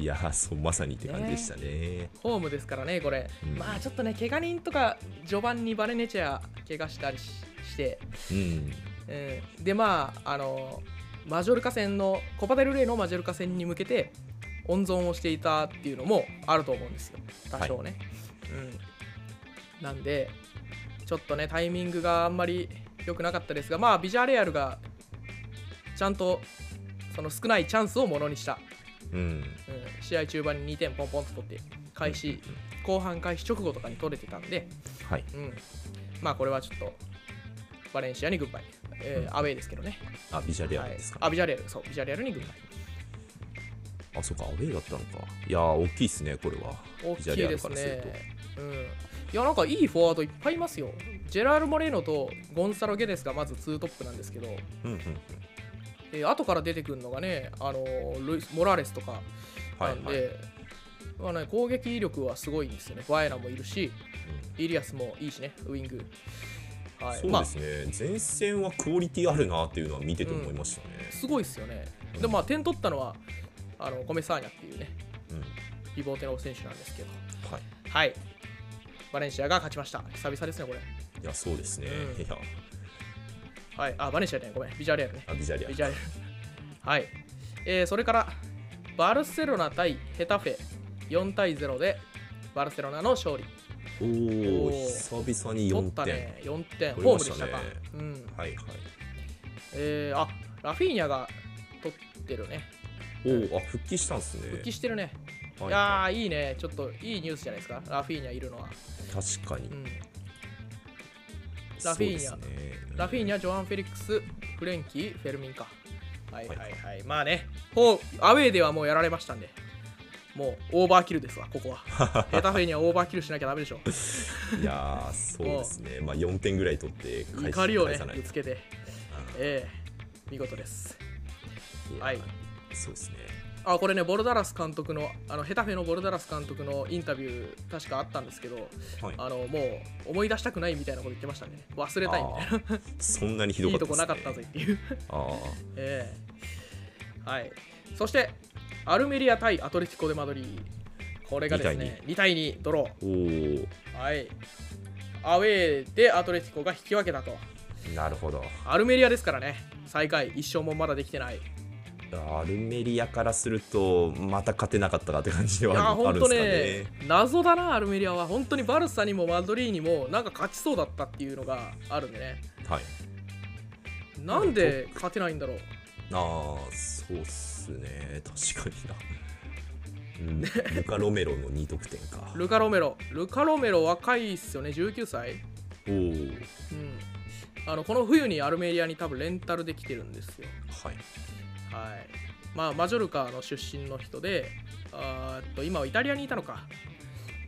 いやーそうまさにって感じでしたねホームですからね、これ。うんまあちょっとね、怪我人とか、序盤にバレネチア怪我したりしして、うんうん、で、まあ、あの、マジョルカ戦の、コパデルレイのマジョルカ戦に向けて、温存をしていたっていうのもあると思うんですよ、多少ね。うん、なんで、ちょっとね、タイミングがあんまり良くなかったですが、まあ、ビジャレアルが、ちゃんと、その少ないチャンスをものにしたうんうん試合中盤に2点ポンポンと取って開始うん後半開始直後とかに取れてたんで、はいうん、まあこれはちょっとバレンシアに軍配、えーうんアウェイですけどね、あビジャレアはルいですか、、あビジャレアルそうビジャレアルに軍配あそうかアウェイだったのかいやー大きいですねこれは大ビきジャいレアでルすからるとねうんいやなんかいいフォワードいっぱいいますよジェラール・モレーノとゴンサロ・ゲデスがまず2トップなんですけど、うんうんうんえー後から出てくるのがねあのールイスモラレスとかはないんで、はい、うんまあね、攻撃力はすごいんですよねバエラもいるし、イリアスもいいしね、ウイング。はい、そうまであ、すね、前線はクオリティあるなっていうのは見てて思いましたね。すごいですよね。で、まあ、点取ったのは、あの、コメサーニャっていうね、うんリボーテの選手なんですけど、はい、はい。バレンシアが勝ちました。久々ですね、これ。いや、そうですね、うんいや、はい。あ、バレンシアじゃない、ごめん。ビジャレアルね。あビジャリアビジャレアル。はい。えーそれから、バルセロナ対ヘタフェ、4対0で、バルセロナの勝利。おおおーー、久々に取4った点。ね、4点。取りホーまムしでたねしたか。うん。はいはい。えーあ、ラフィーニャが取ってるね。おお、あ復帰したんですね。復帰してるね。はいいやはーいいね、ちょっといいニュースじゃないですか、ラフィーニャいるのは。い、確かに、うん、そうですラフねうんラフィーニャ、ジョアン・フェリックス、フレンキー、フェルミンか。はいははいいははいい、まあね、ほうアウェーではもうやられましたんで、もうオーバーキルですわ、ここ は。ヘタフェにはオーバーキルしなきゃダメでしょ。いやー、そうですね、まあ4点ぐらい取って返し怒りを返ねさな、いぶとつけて、ええ見事です。いやはいそうですね。あこれね、ボルダラス監督の、あのヘタフェのボルダラス監督のインタビュー、確かあったんですけど、はい、あのもう思い出したくないみたいなこと言ってましたね。忘れたいみたいな。あーそんなにひど いいかっとたでこすね。なかったぜっていう。あええはい。そして、アルメリア対アトレティコ・デ・マドリーこれがですね2対 2, ドロおーーはいアウェーでアトレティコが引き分けたとなるほどアルメリアですからね最下位1勝もまだできてないアルメリアからするとまた勝てなかったかって感じでいやはあるあ本るん当ねですかね謎だなアルメリアは本当にバルサにもマドリーにもなんか勝ちそうだったっていうのがあるんでねはいなんで勝てないんだろうああそうっすね 確かにな、うん、ルカ・ロメロの2得点かルカ・ロメロルカ・ロメロ若いっすよね19歳おおうんあのこの冬にアルメリアに多分レンタルできてるんですよはいはいまあマジョルカの出身の人であーっと今はイタリアにいたのか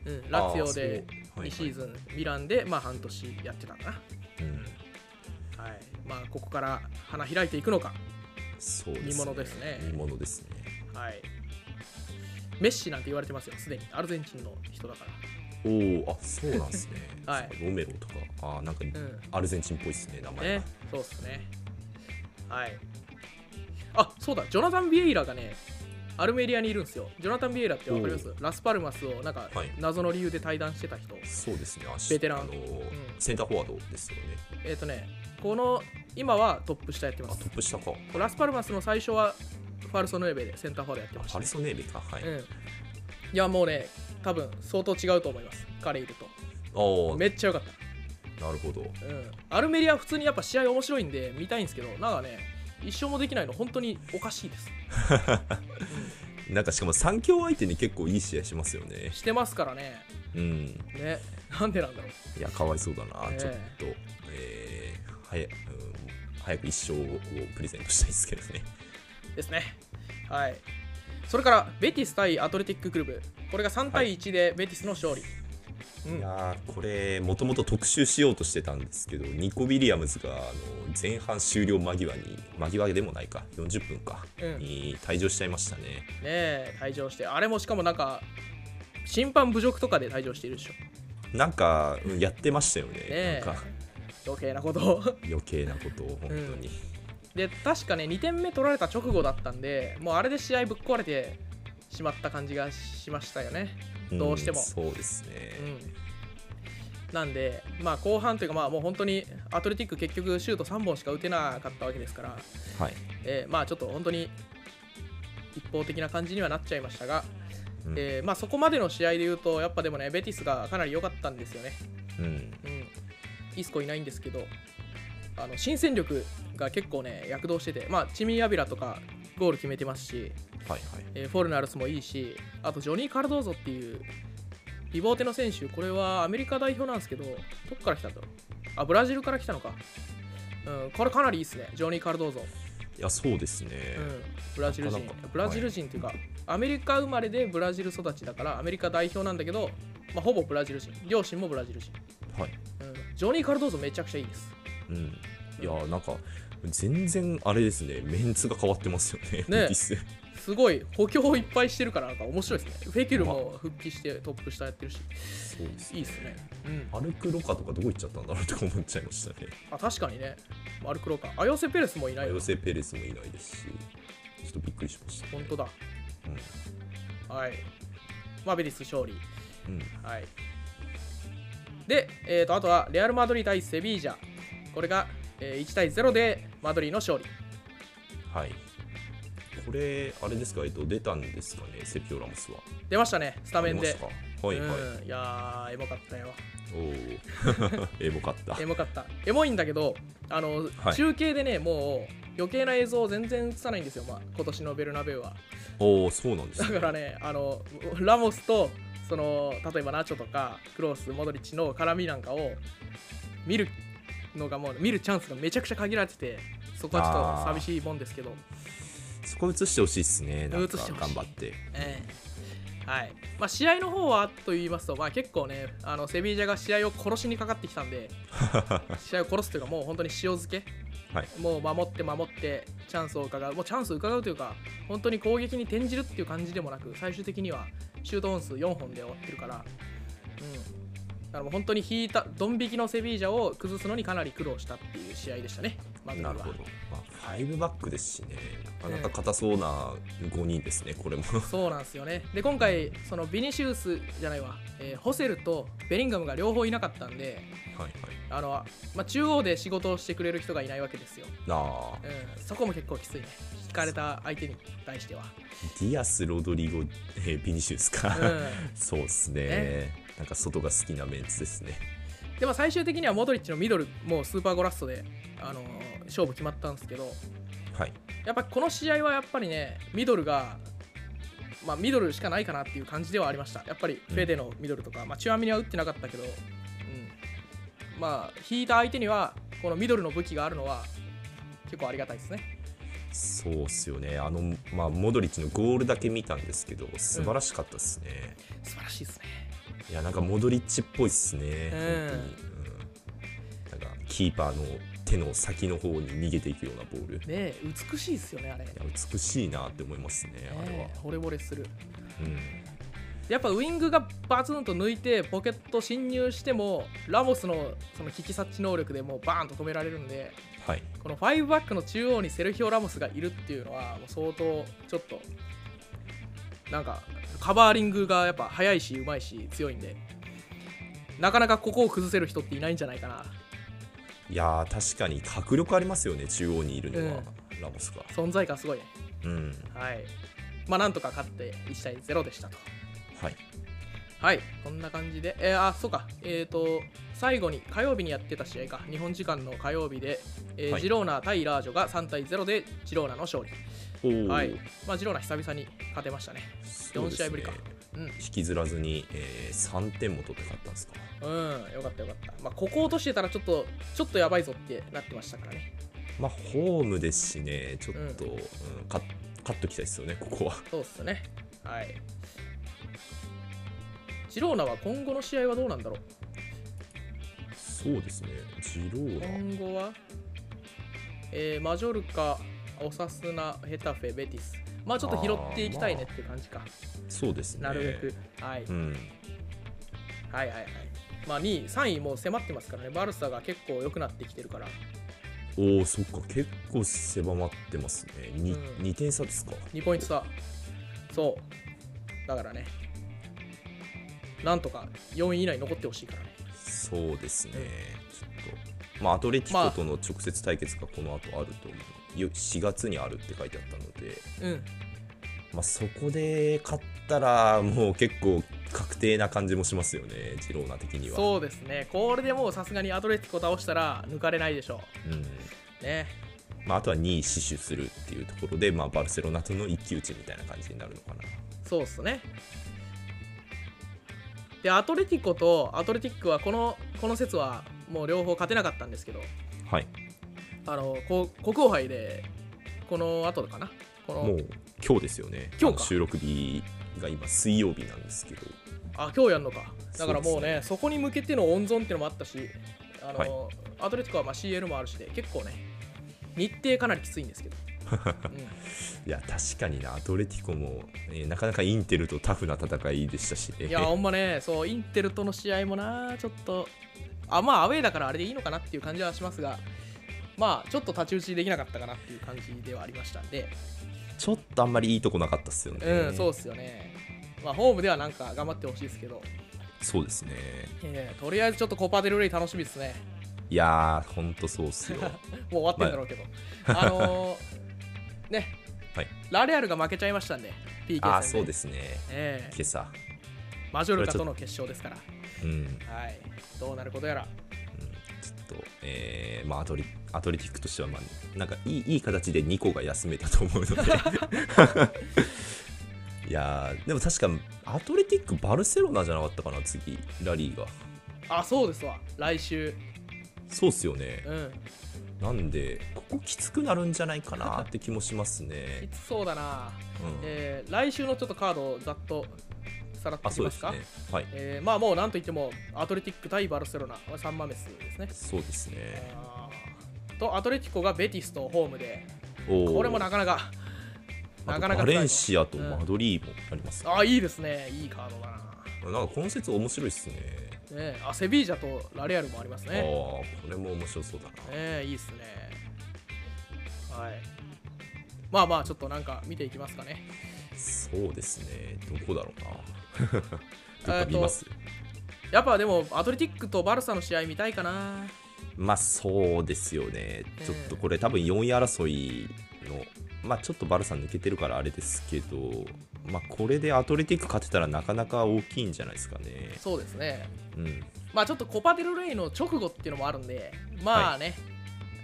うんラツィオであーそうはいはい2シーズン、ミランでまあ半年やってたかうんなはいまあここから花開いていくのかそうですね見ものですね見ものですねはい。メッシなんて言われてますよ、すでに。アルゼンチンの人だかおおあそうなんですね はいそうロメロとかあーなんから。うん。アルゼンチンっぽいですね名前が、ね、そうっすね。はい。あ、そうだ、ジョナタン・ビエイラがね、アルメリアにいるんですよ。ジョナタン・ビエイラってわかりますおラスパルマスをなんかはい謎の理由で退団してた人。そうですねあしベテランあのーんセンターフォワードですよねえっ、とね、この今はトップ下やってまあすト。ップ下かラスパルマスの最初はファルソヌエベでセンターフォワードやってましハた、リね。ソン・ネイビーかはい、うあん。いや、もうね、多分相当違うと思います。彼いると。あめっちゃ良かった。なるほどうん、アルメリア普通にやっぱ試合面白いんで見たいんですけどなんかね一勝もできないの本当におかしいですなんかしかも3強相手に結構いい試合しますよねしてますからねうんねなんでなんだろういや、かわいそうだな、ねえちょっと、えー、早,、うん、早く一生をプレゼントしたいですけどね。ですねはいそれからベティス対アトレティッククルブこれが3対1でベティスの勝利、うんいやーこれ、もともと特集しようとしてたんですけど、ニコ・ウィリアムズがあの前半終了間際に、間際でもないか、40分か、うんに退場しちゃいましたね。ねえ退場してあれもしかもなんか審判侮辱とかで退場しているでしょなんか、うんやってましたよね、えなんか余計なこと を余計なことを、本当に。で確かね2点目取られた直後だったんでもうあれで試合ぶっ壊れてしまった感じがしましたよねんどうしてもそうですね。うん、なんで、まあ、後半というか、まあ、もう本当にアトレティック結局シュート3本しか打てなかったわけですから、はい。えーまあ、ちょっと本当に一方的な感じにはなっちゃいましたが、うんえーまあ、そこまでの試合でいうとやっぱでもねベティスがかなり良かったんですよね、うん。うん、イスコいないんですけどあの新戦力が結構ね躍動してて、まあ、チミ・アビラとかゴール決めてますし、はいはい。えーフォルナルスもいいしあとジョニー・カルドーゾっていうリボーテの選手これはアメリカ代表なんですけどどっから来たんだろうあブラジルから来たのかうんこれかなりいいっすねジョニー・カルドーゾ、いや、そうですねう。ん、ブラジル人なかなかブラジル人っていうか、アメリカ生まれでブラジル育ちだからアメリカ代表なんだけど、まあ、ほぼブラジル人両親もブラジル人、はい。うん、ジョニー・カルドーゾめちゃくちゃいいですうん、いやーなんか全然あれですねメンツが変わってますよねメ ティスすごい補強をいっぱいしてるからなんか面白いですねフェキルも復帰してトップ下やってるしそうですいいっすねうんアルクロカとかどこ行っちゃったんだろうとか思っちゃいましたねあ確かにねマルクロかアヨセペレスもいないヨよセ・ペレスもいないですしちょっとびっくりしました、本当だうはいマーベリス勝利んうん、はいで、えー、とあとはレアル・マドリー対セビージャこれが、えー1対0でマドリーの勝利はいこれあれですかえっと出たんですかねセピオラモスは出ましたねスタメン出でましたかはいはい、うん、いやーエモかったよおお エモかった エモかったエモいんだけどあの、はい中継でねもう余計な映像を全然映さないんですよ、まあ、今年のベルナベウはおおそうなんですだからね、あのラモスとその例えばナチョとかクロース、モドリッチの絡みなんかを見るのがもう見るチャンスがめちゃくちゃ限られてて、そこはちょっと寂しいもんですけど、そこ映してほしいですねなんか映してほし頑い張ってええはいまあ、試合の方はと言いますと、まあ、結構ねあのセビージャが試合を殺しにかかってきたんで試合を殺すというかもう本当に塩漬け、はいもう守って守ってチャンスを伺うもうチャンスを伺うというか本当に攻撃に転じるっていう感じでもなく最終的にはシュート本数4本で終わってるから、うん、だからもう本当に引いたドン引きのセビージャを崩すのにかなり苦労したっていう試合でしたね、まずはなるほど、まあ、5バックですしね、なんかなか硬そうな5人ですね、 これも。そうなんですよねで今回そのビニシウスじゃないわ、えーホセルとベリンガムが両方いなかったんではいはい。あの、まあ、中央で仕事をしてくれる人がいないわけですよ、なあ、うん、そこも結構きついね引かれた相手に対しては、ディアス、ロドリゴ、えービニシウスか。う そうですね。なんか外が好きなメンツですね。ん、でも最終的にはモドリッチのミドルもうスーパーゴラストで、あのー勝負決まったんですけどはい。やっぱこの試合はやっぱりねミドルが、まあ、ミドルしかないかなっていう感じではありましたやっぱりフェデのミドルとか、まあ、チュアミには打ってなかったけど、うん、まあ引いた相手にはこのミドルの武器があるのは結構ありがたいですねそうっすよね。あの、まあ、モドリッチのゴールだけ見たんですけど、素晴らしかったですね。素晴らしいですねいや、なんかモドリッチっぽいっすね。うん本当に。うん、なんか、キーパーの手の先の方に逃げていくようなボール。いねえ美しいですよねあれねや美しいなって思いますね、あれはえ。惚れ惚れするうんやっぱウイングがバツンと抜いてポケット侵入してもラモスのその引き察知能力でもうバーンと止められるんではい。この5バックの中央にセルヒオ・ラモスがいるっていうのはもう相当ちょっとなんかカバーリングがやっぱ速いしうまいし強いんでなかなかここを崩せる人っていないんじゃないかないやー確かに迫力ありますよね中央にいるのは、ラモスが、存在感すごいねうんはいまあなんとか勝って1対0でしたとはい、はいこんな感じでえーあそうかえっ、と最後に火曜日にやってた試合か日本時間の火曜日で、えーはいジローナ対ラージョが3対0でジローナの勝利おーはいまあジローナ久々に勝てましたねそうです四試合ぶりかうん引きずらずに、えー、3点も取って勝ったんですかうん、よかったよかった。まあ、ここ落としてたらちょっと、ちょっとやばいぞってなってましたからね。まあホームですしねちょっと、ううんカッ勝っときたいですよねここはそうっすね。はい。ジローナは今後の試合はどうなんだろうそうですねジローナ今後は、えーマジョルカ、オサスナ、ヘタフェ、ベティス。まあちょっと拾っていきたいねっていう感じか。そうですねなるべく、はい。うんはいはいはい。まあ2位、3位もう迫ってますからね。バルサが結構良くなってきてるから。おおそっか結構狭まってますね 2,、うん二点差ですか2ポイント差そうだからねなんとか4位以内に残ってほしいからねそうですね、ちょっと、まあ、アトレティコとの直接対決がこの後あると思う、よ4月にあるって書いてあったので、うんまあ、そこで勝ったら、もう結構確定な感じもしますよね、ジローナ的には。そうですねこれでもうさすがにアトレティコ倒したら抜かれないでしょうんうねまあ、あとは2位死守するっていうところで、まあ、バルセロナとの一騎打ちみたいな感じになるのかな。そうっすねでアトレティコとアトレティックはこのこの説はもう両方勝てなかったんですけどはい、あのこう国王杯でこの後かなこものう今日ですよね、今日かあの収録日が今、水曜日なんですけど、あ今日やるのかだからもそううですねそこに向けての温存っていうのもあったしあの、はいアトレティコはまあ CL もあるしで結構ね日程かなりきついんです けど、いや、確かにな、アトレティコも、えーなかなかインテルとタフな戦いでしたしうね。んいやほんまねそうインテルとの試合もなちょっとあまあアウェーだからあれでいいのかなっていう感じはしますがまあちょっと太刀打ちできなかったかなっていう感じではありましたんでちょっとあんまりいいとこなかったっすよね。うん、そうっすよねまあホームではなんか頑張ってほしいですけど、そうですね。えーとりあえずちょっとコパデルレイ楽しみですねいやー、ほんとそうっすよ。もう終わってんだろうけど、あのーね、はいラレアルが負けちゃいましたんで、PK 戦であー、そうですね。ええ今朝。マジョルカとの決勝ですから、うん。うんはい、どうなることやら、ちょっと、えー、まあアトリ、アトレティックとしては、まあ、なんかいい、いい形で2個が休めたと思うの で。いやー、でも確か、アトレティック、バルセロナじゃなかったかな、次、ラリーが。あ、そうですわ、来週、そうっすよね。うん、なんで、ここきつくなるんじゃないかなって気もしますきね。つそうだな、うん。えー来週のちょっとカードをざっとさらっあ、ときそうまですすか。ね。はい。えーまあもうなんといってもアトレティック対バルセロナはサンマメスですね。そうですね。あーとアトレティコがベティスとホームでおーこれもなかなかあなとかなか辛バいレぞンシアとマドリーもあります、ねあいいですねいいカードだななんかこの説面白いっすね。ねえあセビージャとラレアルもありますああー、ね。これも面白そうだな。ねえいいっすね。はい。まあまあちょっとなんか見ていきますかねそうですね、どこだろう な。えーどっとか見ますやっぱでもアトレティックとバルサの試合見たいかなまあそうですよね、うんちょっとこれ、多分4位争いの、まあちょっとバルさん抜けてるからあれですけど、まあこれでアトレティック勝てたらなかなか大きいんじゃないですかね。そうですねうん、まあちょっとコパデルレイの直後っていうのもあるんでまあね、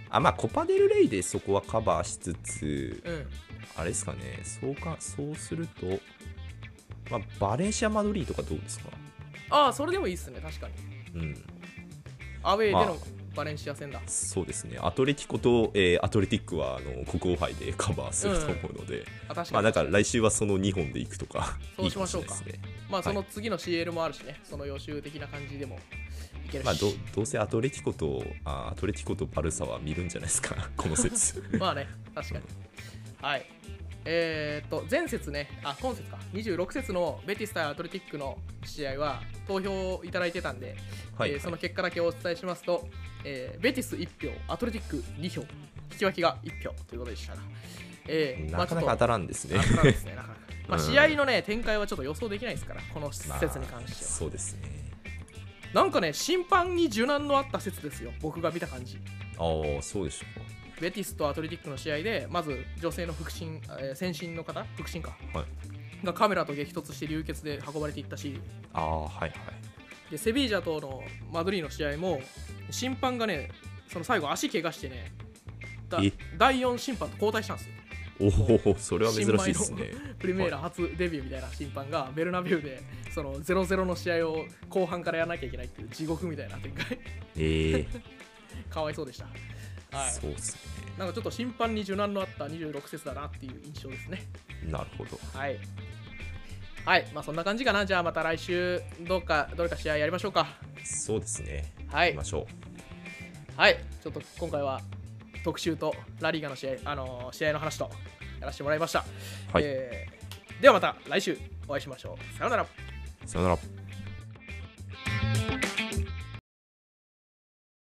あまあ、コパデルレイでそこはカバーしつつ、うんあれですかね、そうかそうすると、まあ、バレンシア・マドリーとかどうですか、ああそれでもいいっすね確かにうん、アウェーでまのあバレンシア戦だ、そうですね、アトレティコと、えーアトレティックはあの国王杯でカバーすると思うので、あ、確かまあにだから来週はその2本で行くとか、そうしましょうかいいもれないですねまあその次の CL もあるしね、その予習的な感じでもいけるし、まあどどうせアトレティコとあアトレティコとバルサは見るんじゃないです か、この説。まあね、確かに。はい。えーっと、前節ね、あ、今節か、26節のベティス対アトレティックの試合は投票いただいてたんで、はい、えーその結果だけお伝えしますと、えーベティス1票、アトレティック2票、引き分けが1票ということでしたが、えーなかなか当たらんですねまあ。ちょっと当たらんですね、なか なか。まあ、うん試合のね、展開はちょっと予想できないですから、この説まあに関しては。そうですね。なんかね、審判に柔軟のあった説ですよ、僕が見た感じ。ああ、そうでしょベティスとアトレティックの試合で、まず女性の腹心、えー先進の方、腹心か、はいがカメラと激突して流血で運ばれていったし、うか。ああ、はいはい。でセビージャとのマドリーの試合も、審判がね、その最後、足怪我してね、だえ第4審判と交代したんですよ。おお、それは珍しいですね。プリメーラ初デビューみたいな審判がベルナビューでその0-0の試合を後半からやらなきゃいけないっていう地獄みたいな展開 ええかわいそうでした、はい、そうですなんかちょっと審判に柔軟のあった26節だなっていう印象ですね。ね。なるほど。はい。はい、まあそんな感じかな。じゃあまた来週、どうか、どれか試合やりましょうか。そうですね。は行いきま。しょう。はい。ちょっと今回は特集とラリーガの試合、あのー試合の話とやらせてもらいました。はいえーではまた来週お会いしましょう。さようなら。さよなら。